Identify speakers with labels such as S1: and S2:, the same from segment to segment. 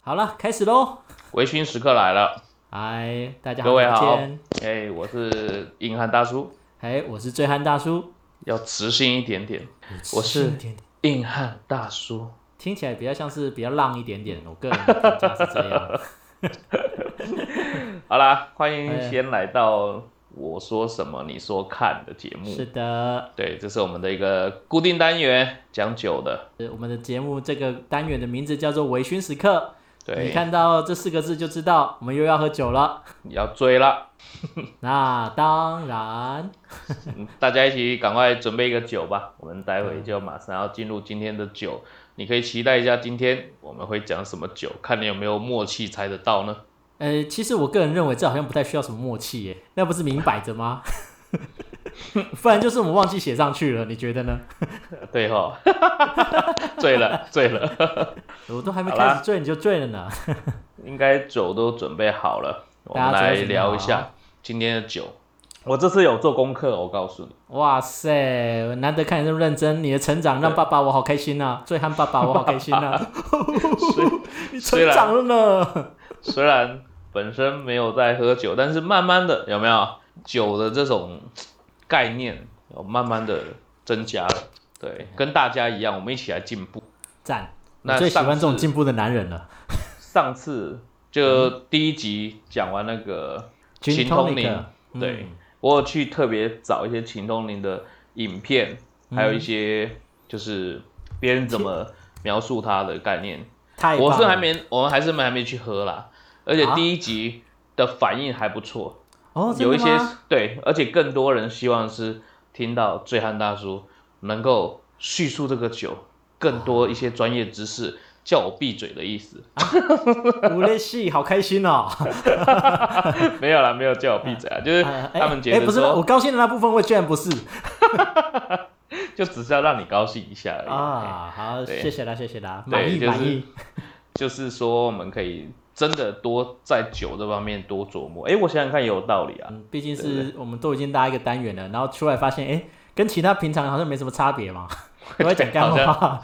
S1: 好了，开始喽！
S2: 微醺时刻来了，
S1: 嗨，大家
S2: 各位好
S1: 今天
S2: 哎，我是硬汉大叔，
S1: 哎，我是醉汉大叔，
S2: 要直性一点点，我
S1: 是
S2: 是硬汉大叔。
S1: 听起来比较像是比较浪一点点，我个人的评价是这 样。
S2: 好啦，欢迎
S1: 哎
S2: 先来到我说什么你说看的节目，
S1: 是的，
S2: 对，这是我们的一个固定单元，讲酒的，
S1: 呃我们的节目这个单元的名字叫做“微醺时刻”，你
S2: 对，
S1: 看到这四个字就知道我们又要喝酒了。
S2: 你要追了，
S1: 那当然，
S2: 嗯大家一起赶快准备一个 酒吧，我们待会就马上要进入今天的酒，你可以期待一下今天我们会讲什么酒，看你有没有默契猜得到呢？
S1: 呃，其实我个人认为这好像不太需要什么默契耶，那不是明摆着 吗？ 不然就是我们忘记写上去了，你觉得呢？
S2: 对哈， 醉了，醉了。
S1: 我都还没
S2: 好啦
S1: 开始醉你就醉了呢。
S2: 应该酒都准备好了，我
S1: 大家
S2: 们来
S1: 准备好
S2: 聊一下今天的酒。我这次有做功课，我告诉你，
S1: 哇塞，我难得看你这么认真，你的成长让爸爸我好开心呐、醉汉爸爸我好开心呐、 你成
S2: 虽然
S1: 长了呢。
S2: 虽然本身没有在喝酒，但是慢慢的有没有酒的这种概念，有慢慢的增加了。对，跟大家一样，我们一起来进步。
S1: 赞，
S2: 那
S1: 我最喜欢这种
S2: 上次
S1: 进步的男人了。
S2: 上次就第一集讲完那个
S1: 群
S2: 秦通
S1: 那
S2: 灵
S1: 个，
S2: 对
S1: 嗯
S2: 我有去特别找一些秦东林的影片，
S1: 嗯
S2: 还有一些就是别人 怎么描述他的概念。
S1: 太棒了
S2: 我是还没，我们还是没还没去喝啦，而且
S1: 啊
S2: 第一集的反应还不错，
S1: 哦，真的
S2: 有一些
S1: 吗
S2: 对，而且更多人希望是听到醉汉大叔能够叙述这个酒更多一些专业知识，叫我闭嘴的意思。
S1: 无类戏，好开心哦。
S2: 没有啦，没有叫我闭嘴啊，就是
S1: 哎
S2: 他们觉
S1: 哎
S2: 得
S1: 不是我
S2: 说，
S1: 高兴的那部分，我居然不是
S2: 就只是要让你高兴一下而已。
S1: 啊。好，
S2: 对
S1: 谢谢啦，谢谢啦，
S2: 对
S1: 满意
S2: 就是
S1: 满意。
S2: 就是说我们可以真的多在酒这方面多琢磨。哎，我想想看，也有道理啊。
S1: 嗯，毕竟
S2: 对对
S1: 是我们都已经拉一个单元了，然后出来发现，哎，跟其他平常好像没什么差 别嘛。我在讲干
S2: 好像
S1: 话。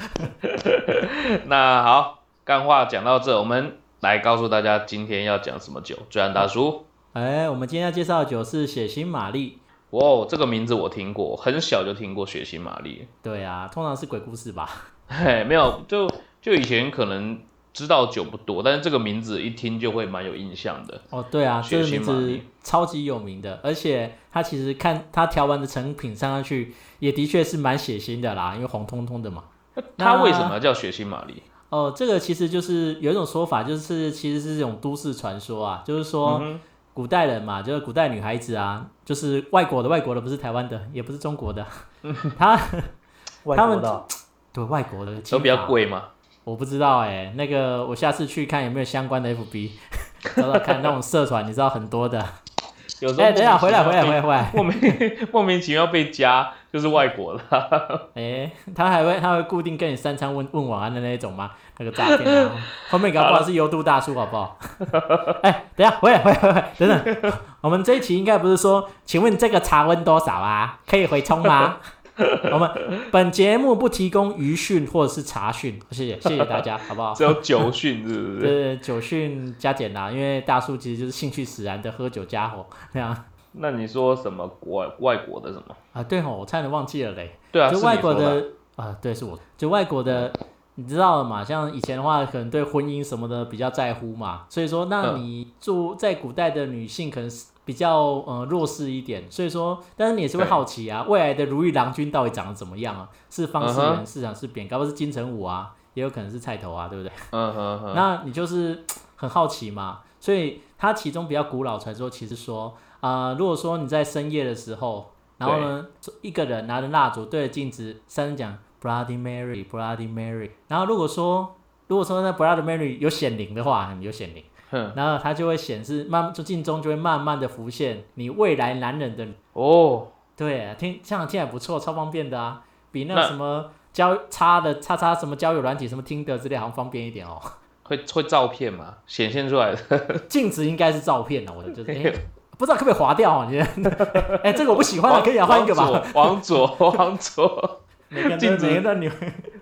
S1: 嗯
S2: 那好，干话讲到这，我们来告诉大家今天要讲什么酒。醉汉大叔，
S1: 哎，我们今天要介绍的酒是血腥玛丽。
S2: 哇哦，这个名字我听过，我很小就听过血腥玛丽。
S1: 对啊，通常是鬼故事吧？
S2: 嘿，没有，就就以前可能知道酒不多，但是这个名字一听就会蛮有印象的。
S1: 哦，对啊，这个
S2: 血
S1: 名
S2: 腥玛
S1: 字
S2: 丽
S1: 超级有名的，而且它其实看它调完的成品上上去，也的确是蛮血腥的啦，因为红彤彤的嘛。
S2: 它为什么要叫血腥玛丽？
S1: 哦，这个其实就是有一种说法，就是其实是这种都市传说啊，就是说
S2: 嗯哼，
S1: 古代人嘛，就是古代女孩子啊，就是外国的，外国的不是台湾的，也不是中国的， 她他们对外国的
S2: 都比较
S1: 金发
S2: 贵嘛。
S1: 我不知道哎、那个我下次去看有没有相关的 FB，找 找看那种社团，你知道很多的。
S2: 有时候
S1: 哎、等一下，回来，回来，回
S2: 来，
S1: 来，回来。
S2: 莫名莫名其妙被加，就是外国的。
S1: 哎、他还会他会固定跟你三餐问问晚安的那一种吗？那个诈骗啊，后面搞不好是油度大叔，好不好？哎、等一下，回来，回来，回来，等等，我们这一期应该不是说，请问这个茶温多少啊？可以回冲吗？我们本节目不提供鱼讯或者是茶讯，谢谢谢谢大家，好不 好？
S2: 只有酒训是 不是？
S1: 这酒训加减啊啦，因为大叔其实就是兴趣使然的喝酒家伙那样
S2: 那你说什么国外国的什么？
S1: 啊。对吼，我差点忘记了嘞。
S2: 对啊，
S1: 就是外
S2: 你
S1: 国
S2: 说的啊，
S1: 的啊，对，是我，就外国的，你知道了嘛？像以前的话，可能对婚姻什么的比较在乎嘛，所以说，那
S2: 嗯
S1: 你住在古代的女性可能是比较呃弱势一点，所以说，但是你也是会
S2: 对
S1: 好奇啊，未来的如意郎君到底长得怎么样啊？是方世
S2: 嗯
S1: 元、市长是扁，高不好是金城武啊，也有可能是菜头啊，对不对？
S2: 嗯哼哼，
S1: 那你就是很好奇嘛，所以它其中比较古老传说，其实说啊、呃如果说你在深夜的时候，然后呢，一个人拿着蜡烛对着镜子，三声讲 Bloody Mary, Bloody Mary，然后如果说如果说那 Bloody Mary 有显灵的话，嗯有显灵，
S2: 哼，
S1: 然后它就会显示慢，就镜中就会慢慢的浮现你未来男人的，
S2: 哦，
S1: 对，听这样听起来不错，超方便的啊，比那
S2: 那
S1: 什么交叉的叉叉什么交友软体什么听的之类好像方便一点哦。
S2: 会会照片嘛，显现出 来的，
S1: 镜子应该是照片了，我觉得、哎，不知道可不可以划掉啊？你觉得 哎、这个我不喜欢了，
S2: 往
S1: 可以啊，换一个吧。
S2: 往左，往左，往左，
S1: 每个人都
S2: 镜子
S1: 每个人都女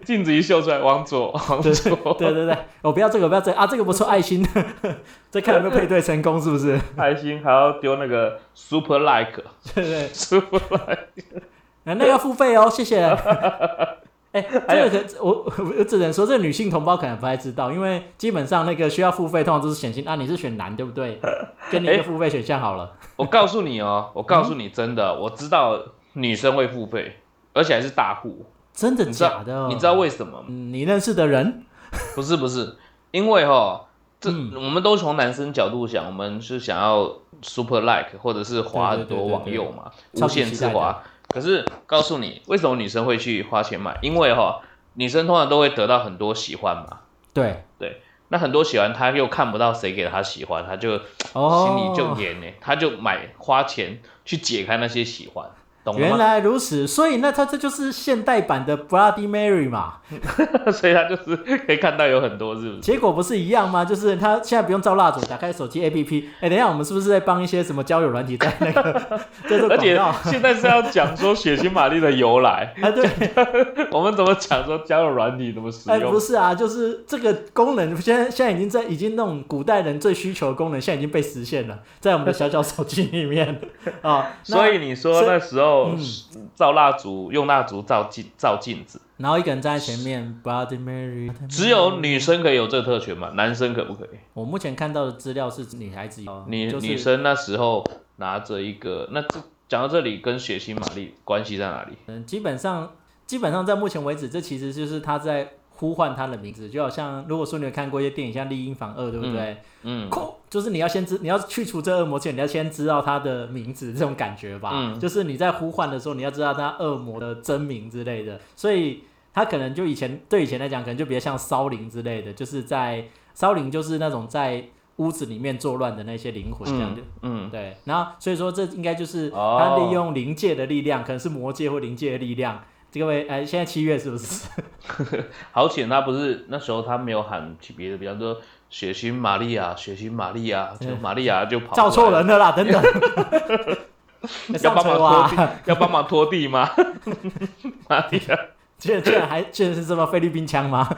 S2: 镜子一秀出来，往左，往
S1: 对
S2: 左，
S1: 对对对，我不要这个，我不要这个啊，这个不错，爱心， 再看有没有配对成功，是不是？
S2: 开心还要丢那个 super like
S1: 对对，
S2: super like。
S1: 那那个要付费哦，谢 谢。哎、这个可我我只能说，这个女性同胞可能不太知道，因为基本上那个需要付费，通常都是显性啊，你是选男对不 对？跟你一个付费选项好了。
S2: 我告诉你哦，我告诉你，
S1: 嗯
S2: 真的，我知道女生会付费，而且还是大户。
S1: 真的
S2: 你知道
S1: 假的？
S2: 你知道、为什么吗？
S1: 嗯、你认识的人？
S2: 不是不是，因为哈，这、
S1: 嗯
S2: 我们都从男生角度想，我们是想要 super like 或者是滑很多往右
S1: 对对
S2: 嘛，
S1: 对对对
S2: 无限次滑。可是告诉你，为什么女生会去花钱买？因为哈，女生通常都会得到很多喜欢嘛。
S1: 对，
S2: 那很多喜欢，她又看不到谁给她喜欢，她就
S1: 哦，
S2: 心里就黏呢、她就买花钱去解开那些喜欢，懂了吗
S1: 原？来如此，所以那他这就是现代版的 Bloody Mary 嘛？
S2: 所以他就是可以看到有很多是不是？
S1: 结果不是一样吗？就是他现在不用照蜡烛，打开手机 APP。哎、等一下，我们是不是在帮一些什么交友软体在那个 在做
S2: 而
S1: 广
S2: 且
S1: 告？
S2: 现在是要讲说血腥玛丽的由来，
S1: 啊， 对，
S2: 我们怎么讲说交友软体怎么使
S1: 哎、
S2: 用
S1: 不？是啊，就是这个功能，现在现在已经在已经那种古代人最需求的功能，现在已经被实现了，在我们的小小手机里面 啊。那
S2: 所，以你说那时候
S1: 嗯
S2: 照蜡烛，用蜡烛照镜照镜子，
S1: 然后一个人站在前面，Bloody Mary，
S2: 只有女生可以有这特权嘛？
S1: 嗯
S2: 男生可不可以？
S1: 我目前看到的资料是女孩子有，
S2: 女
S1: 就是
S2: 女生那时候拿着一个，那这讲到这里跟血腥玛丽关系在哪里？
S1: 嗯，基本上基本上在目前为止，这其实就是他在呼唤他的名字，就好像如果说你有看过一些电影，像《丽婴房二》，对不对？
S2: 嗯，
S1: 扣就是你要先知，你要去除这恶魔前，你要先知道他的名字，这种感觉吧。
S2: 嗯
S1: 就是你在呼唤的时候，你要知道他恶魔的真名之类的，所以他可能就以前对以前来讲，可能就比较像骚灵之类的，就是在骚灵就是那种在屋子里面作乱的那些灵魂这样
S2: 嗯
S1: 的。
S2: 嗯，
S1: 对，然后所以说这应该就是
S2: 哦
S1: 他利用灵界的力量，可能是魔界或灵界的力量。这位哎，现在七月是不是？
S2: 好险，他不是那时候他没有喊起别的，比方说血腥玛丽亚，血腥玛丽亚，就玛丽啊亚就跑出来
S1: 照嗯错，人了啦，等等。
S2: 要
S1: 上
S2: 帮
S1: 车
S2: 忙
S1: 哇
S2: 拖！地，要帮忙拖地吗？ 玛丽亚，
S1: 居然居然还居然是这么菲律宾腔吗？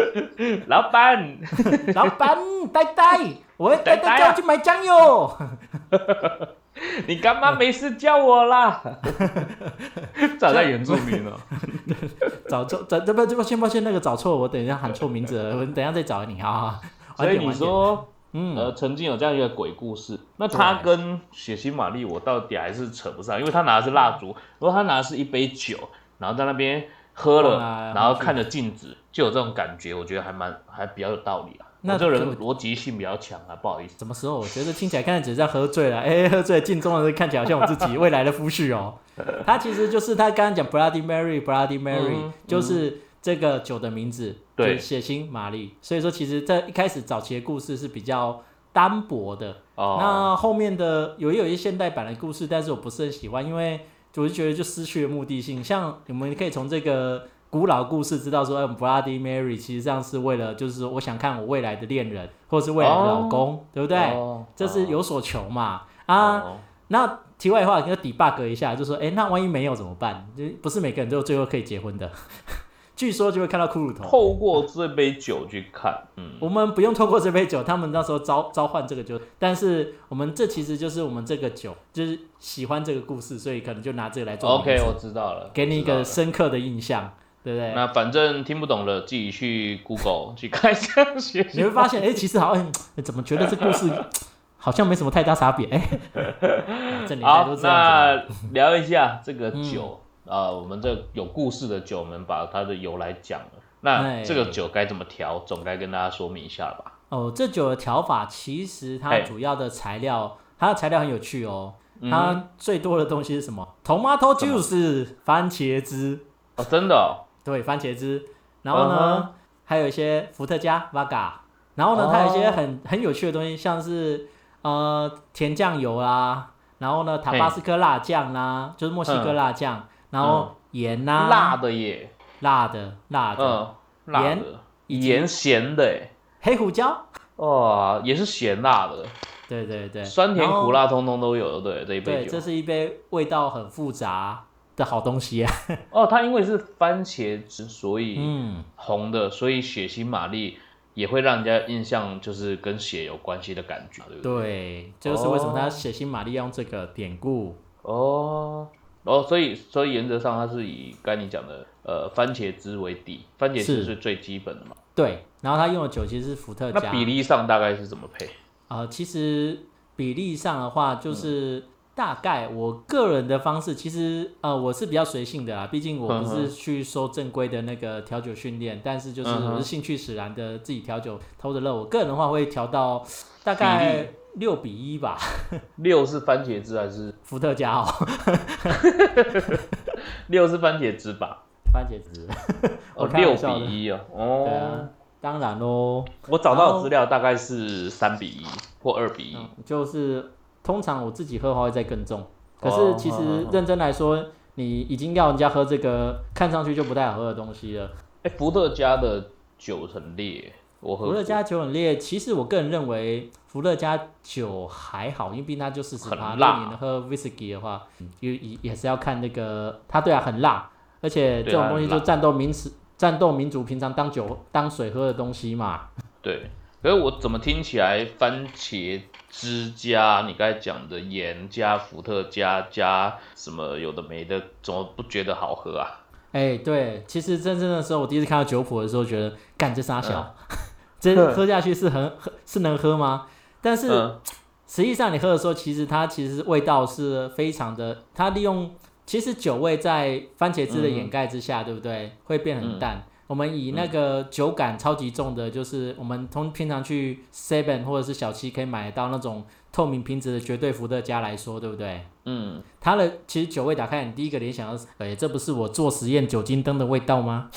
S2: 老板，
S1: 老板，呆呆，我要呆
S2: 呆
S1: 呆
S2: 呆啊
S1: 叫去买酱油。
S2: 你干妈没事叫我啦， 长在原住民哦，
S1: 找错，找这不这不先抱歉，那个找错，我等一下喊错名字了，我等一下再找你啊。晚
S2: 所以
S1: 点
S2: 你，说，
S1: 晚点嗯，
S2: 呃，曾经有这样一个鬼故事，那他跟血腥玛丽，我到底还是扯不上，因为他拿的是蜡烛，如果他拿的是一杯酒，然后在那边喝
S1: 晃来
S2: 了，然后
S1: 晃去
S2: 看着镜子，就有这种感觉，我觉得还蛮还比较有道理啊。
S1: 那
S2: 我这个
S1: 这
S2: 人
S1: 个
S2: 逻辑性比较强啊，不好意思。
S1: 什么时候？我觉得听起来看起来只是在喝醉了， 哎、喝醉镜中的人看起来好像我自己未来的夫婿 哦。他其实就是他刚刚讲 Bloody Mary，Bloody Mary、
S2: 嗯
S1: 就是这个酒的名字，
S2: 对
S1: 就是血腥玛丽。所以说，其实在一开始早期的故事是比较单薄的，
S2: 哦，
S1: 那后面的有也有一些现代版的故事，但是我不是很喜欢，因为我就觉得就失去了目的性。像你们可以从这个古老故事知道说，哎、b l o o d y Mary 其实这样是为了，就是说我想看我未来的恋人或是未来的老公，对不对？
S2: 哦
S1: 这是有所求嘛。啊，
S2: 哦
S1: 那题外话，要 debug 一下，就说，哎、那万一没有怎么办？就不是每个人都最后可以结婚的。 据说就会看到骷髅头，
S2: 透过这杯酒去看，嗯，
S1: 我们不用透过这杯酒，他们那时候召召唤这个酒，但是我们这其实就是我们这个酒，就是喜欢这个故事，所以可能就拿这个来做名
S2: OK，
S1: 字
S2: 我知道了，
S1: 给你一
S2: 我
S1: 个
S2: 知道
S1: 深刻的印象，对不
S2: 了。
S1: 对？
S2: 那反正听不懂的，自己去 Google 去看一下学习。
S1: 你会发现，哎、其实好像、哎怎么觉得这故事 好像没什么太大差别， 哎、啊嗯这年代
S2: 好
S1: 都，这样子
S2: 那聊一下这个酒啊、我们这有故事的酒，我们把它的由来讲了。那
S1: 哎
S2: 这个酒该怎么调，总该跟大家说明一下了吧？
S1: 哦。这酒的调法其实它
S2: 嘿
S1: 主要的材料，它的材料很有趣哦。
S2: 嗯
S1: 它最多的东西是什么？tomato juice，番茄汁。
S2: 哦，真的、哦，
S1: 对，番茄汁，然后呢还有一些伏特加 v a g a 然后呢，它有一些
S2: 嗯哦
S1: 很很有趣的东西，像是呃甜酱油啦，然后呢塔巴斯科辣酱啦，就是墨西哥
S2: 嗯
S1: 辣酱，然后盐呐、
S2: 辣的耶，
S1: 辣的辣的、
S2: 嗯，辣的，
S1: 以及
S2: 盐咸的耶，
S1: 黑胡椒，
S2: 哇，也是咸辣的，
S1: 对对对，
S2: 酸甜
S1: 然后
S2: 苦辣通通都有，对这
S1: 对，
S2: 一杯
S1: 这
S2: 酒。
S1: 是一杯味道很复杂，的好东西啊。
S2: 哦，它因为是番茄汁，所以
S1: 嗯，
S2: 红的，所以血腥玛丽也会让人家印象就是跟血有关系的感觉，对不对？
S1: 对，这就是为什么他写信玛丽要用这个典故。
S2: 哦哦，所以所以原则上它是以刚才你讲的呃番茄汁为底，番茄汁
S1: 是
S2: 是最基本的嘛。
S1: 对，然后他用的酒其实是伏特加。
S2: 那比例上大概是怎么配？
S1: 呃，其实比例上的话，
S2: 嗯
S1: 就是大概我个人的方式，其实呃我是比较随性的啊啦，毕竟我不
S2: 嗯
S1: 是去受正规的那个调酒训练，但是就是
S2: 嗯哼
S1: 我是兴趣使然的自己调酒偷着乐。我个人的话会调到大概六比一吧，
S2: 六是番茄汁还是
S1: 伏特加哦，
S2: 六是番茄汁吧？
S1: 番茄汁。
S2: 哦，
S1: 我开
S2: 六
S1: 玩笑的
S2: 比一哦。
S1: 对
S2: 哦
S1: 啊，，当然喽，
S2: 我找到
S1: 然
S2: 的
S1: 后
S2: 资料大概是三比一或二比一。
S1: 嗯就是通常我自己喝的话会再更重，可
S2: 哦
S1: 是其
S2: 好好
S1: 实
S2: 好
S1: 认真来说，你已经要人家喝这个看上去就不太好喝的东西了。
S2: 哎、伏特加的酒很烈，我喝
S1: 伏特
S2: 过
S1: 加酒很烈，其实我个人认为伏特加酒还好，因为毕竟它就四十趴。
S2: 很
S1: 如
S2: 辣
S1: 果你能喝 whisky 的话，也也也是要看那个它对啊很辣，而且这
S2: 对啊
S1: 种东西
S2: 很
S1: 就
S2: 辣
S1: 战斗民词、战斗民族平常当酒当水喝的东西嘛。
S2: 对，可是我怎么听起来番茄汁加你刚才讲的盐加伏特加加什么有的没的，怎么不觉得好喝啊？
S1: 哎、对，其实真正的时候，我第一次看到酒谱的时候，觉得干这傻小，
S2: 嗯
S1: 这喝下去是很很是能喝吗？但是、
S2: 嗯，
S1: 实际上你喝的时候，其实它其实味道是非常的，它利用其实酒味在番茄汁的掩盖之下，对不对？会变很淡。我们以那个酒感超级重的，就是我们通平常去 Seven 或者是小七可以买得到那种透明瓶子的绝对伏特加来说，对不对？
S2: 嗯，
S1: 它的其实酒味打开，你第一个联想到是，哎、这不是我做实验酒精灯的味道吗？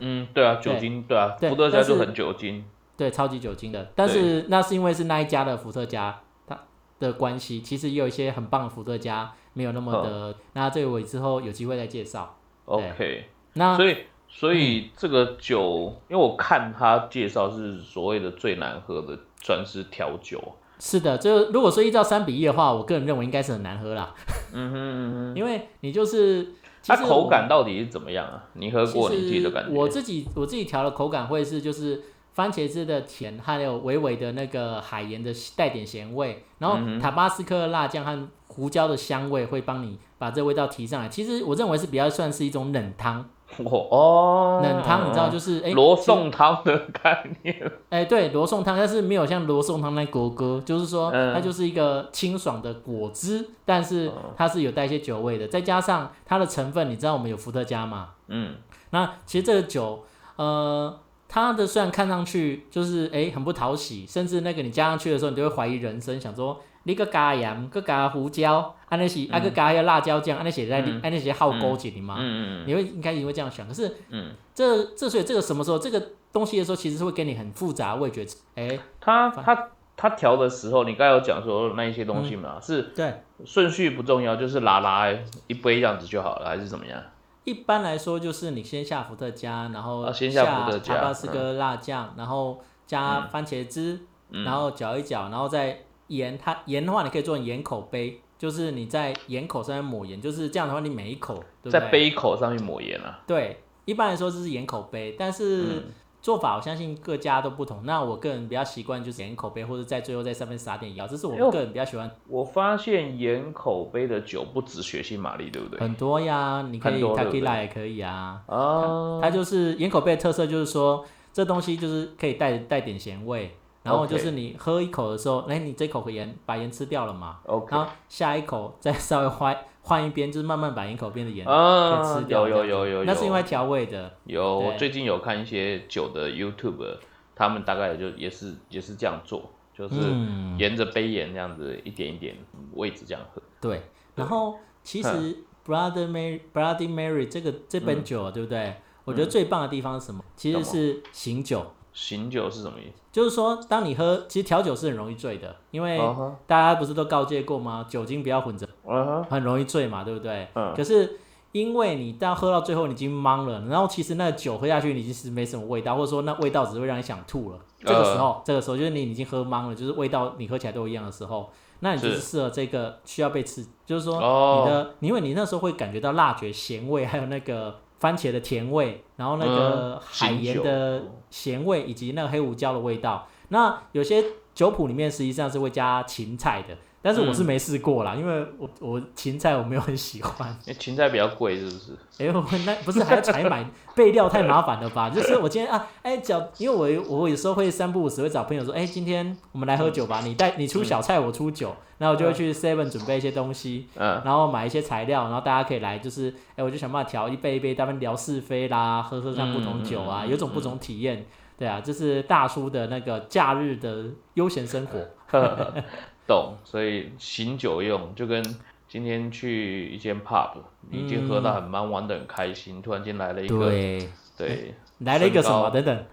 S2: 嗯，对啊，酒精，对啊，
S1: 对
S2: 伏特加
S1: 但是
S2: 就很酒精，
S1: 对，超级酒精的。但是那是因为是那一家的伏特加，它的关系，其实也有一些很棒的伏特加没有那么的。
S2: 嗯
S1: 那这个我之后有机会再介绍。
S2: OK，
S1: 那
S2: 所以所以这个酒，因为我看他介绍是所谓的最难喝的，算是调酒。
S1: 是的，就如果说依照三比一的话，我个人认为应该是很难喝啦，
S2: 嗯哼嗯哼，
S1: 因为你就是
S2: 它
S1: 其实
S2: 口
S1: 我
S2: 感到底是怎么样啊？你喝过你自己的感
S1: 其
S2: 觉？
S1: 实我自己我自己调的口感会是就是番茄汁的甜，还有微微的那个海盐的带点咸味，然后
S2: 嗯哼
S1: 塔巴斯克的辣酱和胡椒的香味会帮你把这味道提上来。其实我认为是比较算是一种冷汤，
S2: 我哦，
S1: 冷汤你知道就是哎
S2: 罗
S1: 其实
S2: 宋汤的概念。
S1: 哎对罗宋汤，但是没有像罗宋汤那国歌，就是说
S2: 嗯
S1: 它就是一个清爽的果汁，但是
S2: 哦
S1: 它是有带一些酒味的，再加上它的成分，你知道我们有伏特加嘛？
S2: 嗯，
S1: 那其实这个酒，呃，它的虽然看上去就是诶很不讨喜，甚至那个你加上去的时候，你就会怀疑人生，想说你个加盐，个加胡椒，安那些啊个加要辣椒酱，安那些在
S2: 嗯
S1: 安那些好勾结你吗？
S2: 嗯嗯
S1: 你会应该也会这样想，可是
S2: 嗯，
S1: 这这所以这个什么时候这个东西的时候，其实是会给你很复杂的味觉，诶，
S2: 他
S1: 啊
S2: 他他调的时候，你刚才有讲说那一些东西嘛，
S1: 嗯
S2: 是
S1: 对，
S2: 顺序不重要，就是拉拉一杯这样子就好了，还是怎么样？
S1: 一般来说，就是你先下伏特加，然后
S2: 啊先下伏特加
S1: 塔巴斯哥辣酱，然后加番茄汁，
S2: 嗯
S1: 然后搅一搅，然后再盐。它盐的话，你可以做成盐口杯，就是你在盐口上面抹盐，就是这样的话，你每一口对不对？
S2: 在杯口上面抹盐啊。
S1: 对，一般来说这是盐口杯，但
S2: 嗯
S1: 是做法我相信各家都不同。那我个人比较习惯就是盐口杯，或者在最后在上面撒点盐，这是我
S2: 哎呦
S1: 个人比较喜欢。
S2: 我发现盐口杯的酒不止血腥玛丽，对不对？
S1: 很多呀，你可
S2: 很
S1: 以
S2: 多
S1: t
S2: 对
S1: a
S2: 不
S1: k
S2: 对
S1: i l a 也可以啊。
S2: 啊，
S1: 它就是盐口贝的特色，就是说这东西就是可以带带点咸味，然后
S2: OK
S1: 就是你喝一口的时候，哎、你这口可盐把盐吃掉了嘛，
S2: 啊 OK
S1: 然后下一口再稍微换换一边，就是慢慢把盐口边的盐可以
S2: 啊
S1: 吃，掉
S2: 有
S1: 这样子。
S2: 有有有，
S1: 那是因
S2: 有
S1: 为调味的，
S2: 有，
S1: 对
S2: 我最近有看一些酒的 YouTube，他们大概就也是也是这样做，就是
S1: 嗯
S2: 沿着杯沿这样子一点一点位置这样喝。
S1: 对。然后其
S2: 嗯
S1: 实 Bloody Mary Bloody Mary 这个这本酒、对不对？我觉
S2: 嗯
S1: 得最棒的地方是什么？其实是醒酒，
S2: 醒酒是什么意思？
S1: 就是说当你喝，其实调酒是很容易醉的，因为
S2: 嗯哼
S1: 大家不是都告诫过吗？酒精不要混着。
S2: 嗯哼
S1: 很容易醉嘛，对不对？
S2: 嗯
S1: 可是因为你到喝到最后你已经懵了，然后其实那个酒喝下去，你其实没什么味道，或者说那味道只会让你想吐了。这个时候，这个时候就是你已经喝懵了，就是味道你喝起来都一样的时候，那你就是
S2: 是
S1: 适合这个需要被吃，就是说你
S2: 哦，
S1: 的，因为你那时候会感觉到辣觉、咸味，还有那个番茄的甜味，然后那个海
S2: 醒
S1: 盐
S2: 嗯酒
S1: 的咸味，以及那个黑胡椒的味道。那有些酒谱里面实际上是会加芹菜的，但是我
S2: 嗯
S1: 是没试过啦，因为我我芹菜我没有很喜欢。
S2: 哎，芹菜比较贵是不是？
S1: 哎、我那不是还要采买 备料太麻烦了吧？就是我今天啊，哎、找，因为我我有时候会三不五时会找朋友说，哎、今天我们来喝酒吧，
S2: 嗯
S1: 你带你出小菜，我出酒，然后我就会去 Seven 准备一些东西，
S2: 嗯，
S1: 然后买一些材料，然后大家可以来，就是哎、我就想办法调一杯一杯，他们聊是非啦，喝喝看不同酒啊，
S2: 嗯嗯嗯
S1: 有种不同体验，对啊，这是大叔的那个假日的悠闲生活。
S2: 懂。所以醒酒用就跟今天去一间 pub，你已经喝到很忙，玩的很开心，突然间来了一个，
S1: 嗯对，
S2: 对，
S1: 来了一个什
S2: 嗯身
S1: 么？
S2: 高
S1: 等等，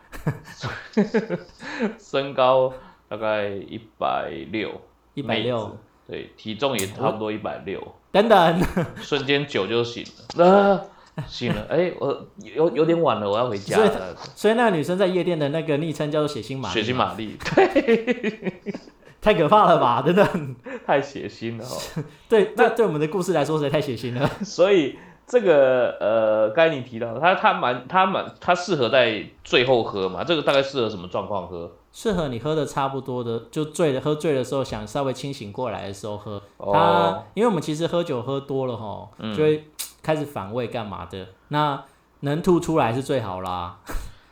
S2: 身高大概一百六，
S1: 一百六，
S2: 对，体重
S1: 哦
S2: 也差不多一百六，
S1: 等等，
S2: 瞬间酒就醒了，啊，醒了，哎，我有有点晚了，我要回家
S1: 所以
S2: 了。
S1: 所以那个女生在夜店的那个昵称叫做血腥玛
S2: 血
S1: 丽
S2: 腥
S1: 嘛，
S2: 玛丽
S1: 太可怕了 吧？等等，
S2: 太血腥了哦。
S1: 对，对，对我们的故事来说实在太血腥了。
S2: 所以这个呃，刚才你提到它，它蛮它蛮它适合在最后喝嘛？这个大概适合什么状况喝？
S1: 适合你喝的差不多的，就醉了，喝醉的时候想稍微清醒过来的时候喝。它
S2: 哦，
S1: 因为我们其实喝酒喝多了吼，
S2: 嗯
S1: 就会开始反胃干嘛的。那能吐出来是最好啦。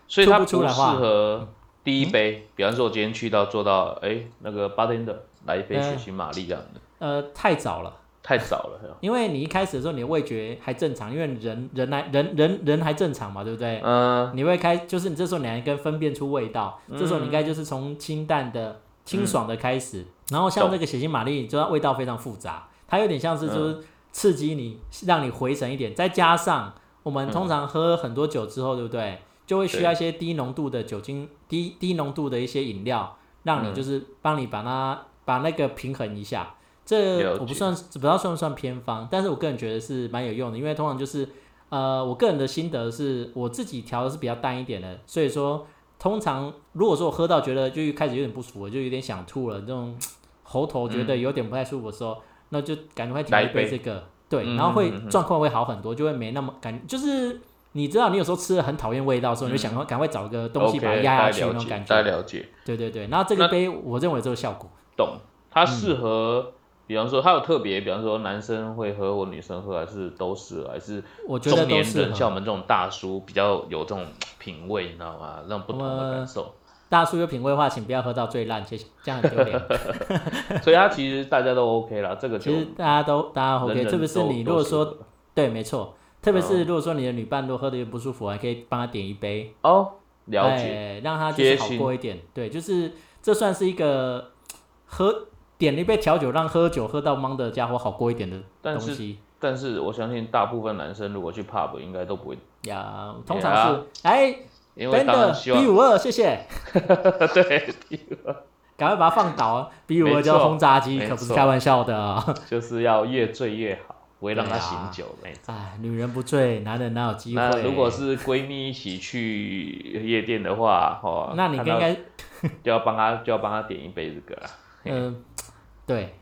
S2: 所以它
S1: 吐不出来
S2: 适
S1: 的话嗯
S2: 合第一杯。比方说，我今天去到做到，哎、那个八天的来一杯
S1: 嗯
S2: 血腥玛丽这样的，
S1: 呃，太早了，
S2: 太早了。
S1: 因为你一开始的时候你的味觉还正常，因为人人来人人人还正常嘛，对不对？
S2: 嗯，
S1: 你会开，就是你这时候你还跟分辨出味道，这时候你应该就是从清淡的、清爽的开始。然后像
S2: 懂
S1: 这个血腥玛丽，就它味道非常复杂，它有点像是就是刺激你，让你回神一点。再加上我们通常喝很多酒之后，对不对？就会需要一些低浓度的酒精、低低浓度的一些饮料，让你
S2: 嗯
S1: 就是帮你把它把那个平衡一下。
S2: 了
S1: 这
S2: 解
S1: 我不算不知道算不算偏方，但是我个人觉得是蛮有用的，因为通常就是呃，我个人的心得是我自己调的是比较淡一点的，所以说通常如果说我喝到觉得就开始有点不舒服，就有点想吐了，这种喉头觉得有点不太舒服的时候，那就赶快调
S2: 嗯来
S1: 一
S2: 一
S1: 杯
S2: 杯
S1: 这个，对，
S2: 嗯
S1: 然后会
S2: 嗯嗯嗯
S1: 状况会好很多，就会没那么感，就是你知道你有时候吃了很讨厌味道的时候，你就想要赶快找个东西
S2: 嗯 OK，
S1: 把它压下去
S2: 大
S1: 那
S2: 家了
S1: 种
S2: 解
S1: 感
S2: 大
S1: 觉，
S2: 家了解，
S1: 对对对，然后这个
S2: 那
S1: 杯我认为这个效果，
S2: 懂。它
S1: 嗯
S2: 适合，比方说它有特别，比方说男生会喝或女生喝，还是都是，还是
S1: 我觉得
S2: 中
S1: 都
S2: 年
S1: 适
S2: 人
S1: 合。
S2: 像我们这种大叔比较有这种品味，你知道吗？让不同的感受，
S1: 大叔有品味的话，请不要喝到最烂，谢谢，这样很丢 脸。
S2: 所以他其实大家都 OK 啦，这个就
S1: 其实大家都大家 OK，
S2: 人人
S1: 特别是
S2: 都
S1: 你如果
S2: 都哦
S1: 说
S2: 适合
S1: 对，没错，特别是如果说你的女伴如果喝的有点不舒服，还可以帮她点一杯，
S2: 哦，了解，
S1: 哎让她就是好
S2: 贴心
S1: 过一点。对，就是这算是一个喝点了一杯调酒，让喝酒喝到懵的家伙好过一点的东
S2: 但是
S1: 西
S2: 但是我相信大部分男生如果去 pub 应该都不会，
S1: 呀。通常是哎，
S2: 因为
S1: 等
S2: 当然
S1: 等
S2: 希
S1: B
S2: 望
S1: 五二，谢谢，
S2: 对，
S1: 赶快把它放倒啊！B 五二
S2: 没错
S1: 叫轰炸机，
S2: 没
S1: 可不是
S2: 错
S1: 开玩笑的啊。
S2: 就是要越醉越好，不会让他
S1: 对啊
S2: 醒酒的。
S1: 哎，女人不醉，男人哪有机
S2: 那
S1: 会？
S2: 如果是闺蜜一起去夜店的话，哦，
S1: 那你应
S2: 看到
S1: 该
S2: 就要帮他就要帮他点一杯这个啦，
S1: 嗯、对，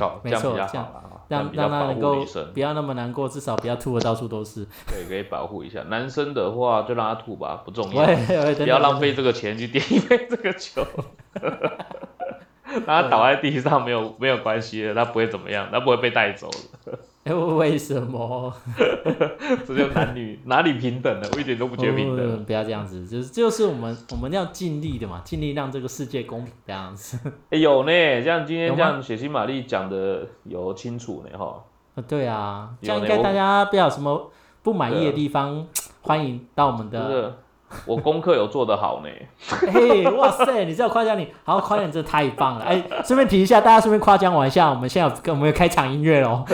S2: 搞这
S1: 没
S2: 样比
S1: 错
S2: 较
S1: 这样
S2: 好啦，哦这样
S1: 让
S2: 比较
S1: 让他
S2: 保
S1: 能
S2: 护
S1: 够
S2: 女生。
S1: 不要那么难过，至少不要吐的到处都 是。
S2: 对，可以保护一下。男生的话就让他吐吧，不重
S1: 我
S2: 要，
S1: 也我也
S2: 不
S1: 真
S2: 要
S1: 的
S2: 浪费这个钱去点一杯这个酒。让他倒在地上没有没有关系的，他不会怎么样，他不会被带走的。
S1: 哎，为什么？
S2: 这就男女哪里平等了，我一点都不觉得平 等。
S1: 不要这样子，就是就是我们我们要尽力的嘛，尽力让这个世界公平这样子。
S2: 哎、有呢，像今
S1: 有
S2: 天这
S1: 吗
S2: 样血腥玛丽讲的有清楚呢哈。
S1: 呃对啊，这
S2: 有
S1: 样应
S2: 嘞
S1: 该
S2: 我
S1: 大家不要有什么不满意
S2: 对
S1: 的
S2: 啊
S1: 地方，欢迎到我们
S2: 真
S1: 的。
S2: 的，我功课有做得好呢。
S1: 嘿，哇塞，你这样夸奖你，好夸奖，你真的太棒了。哎，顺便提一下，大家顺便夸奖我一下，我们现在有跟我们有开场音乐喽，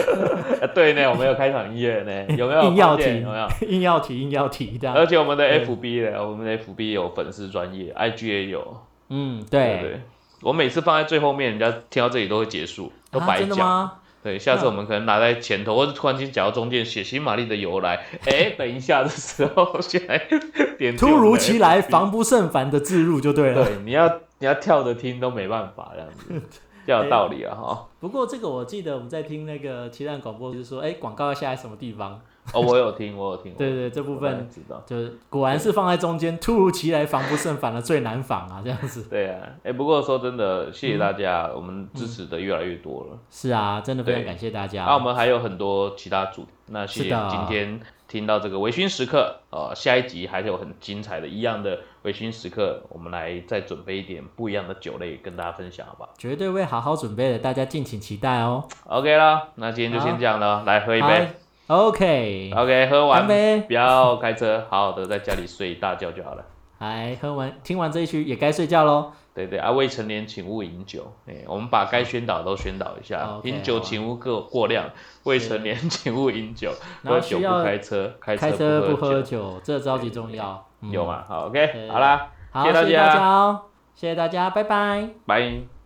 S2: 啊对呢，我们有开场音乐呢，有没有？
S1: 硬要
S2: 发现
S1: 停
S2: 有没有？
S1: 硬要提硬要提这样。
S2: 而且我们的
S1: 对
S2: FB 呢，我们的 FB 有粉丝专业，IG 也有，
S1: 嗯，对
S2: 对不。对？我每次放在最后面，人家听到这里都会结束，都
S1: 啊
S2: 白
S1: 真的
S2: 讲。
S1: 吗？嗯
S2: 对，下次我们可能拿在前头，或者突然间讲到中间血腥玛丽的由来。 哎，等一下的时候，先来点进
S1: 突
S2: 我们的
S1: 如其来、
S2: FB
S1: 防不胜防的置入就对了。
S2: 对，你要你要跳着听都没办法这样子。要有道理啊哈。
S1: 不过这个我记得我们在听那个奇蛋广播，就是说，哎，广告要下在什么地方？
S2: 哦，我有听，我有听。
S1: 对对，这部
S2: 我大概
S1: 分
S2: 知道。
S1: 就是果然是放在中间，突如其来防不胜防的最难防啊，这样 子。
S2: 对啊，哎，不过说真的，谢谢大家，我们支持的越来越多了。
S1: 是啊，真的非常
S2: 对
S1: 感谢大家。
S2: 那我们还有很多其他主题，那谢
S1: 是
S2: 谢
S1: 的
S2: 今天听到这个微醺时刻，呃，下一集还有很精彩的一样的微醺时刻，我们来再准备一点不一样的酒类跟大家分享，好不好
S1: 绝对会好好准备的，大家敬请期待哦。
S2: ？OK 啦，那今天就先这样了，来喝一杯。
S1: 好，OK，
S2: OK，喝
S1: 干
S2: 完
S1: 杯！
S2: 不要开车，好好的在家里睡一大觉就好了。
S1: 哎，喝完听完这一曲也该睡觉喽。
S2: 对对啊，未成年请勿饮酒。哎、我们把该宣导都宣导一下，
S1: OK，
S2: 饮酒
S1: 好啊
S2: 请勿过过量，未成年请勿饮酒，
S1: 然后
S2: 喝酒
S1: 需要
S2: 不开车，开
S1: 开
S2: 车
S1: 不
S2: 不喝
S1: 喝
S2: 酒，
S1: 酒，这超级重要。嗯
S2: 有？吗？好
S1: 对
S2: ，OK，好啦，
S1: 好，
S2: 谢
S1: 谢
S2: 谢大
S1: 谢
S2: 家
S1: 大家哦，谢谢大家，拜拜。
S2: 拜。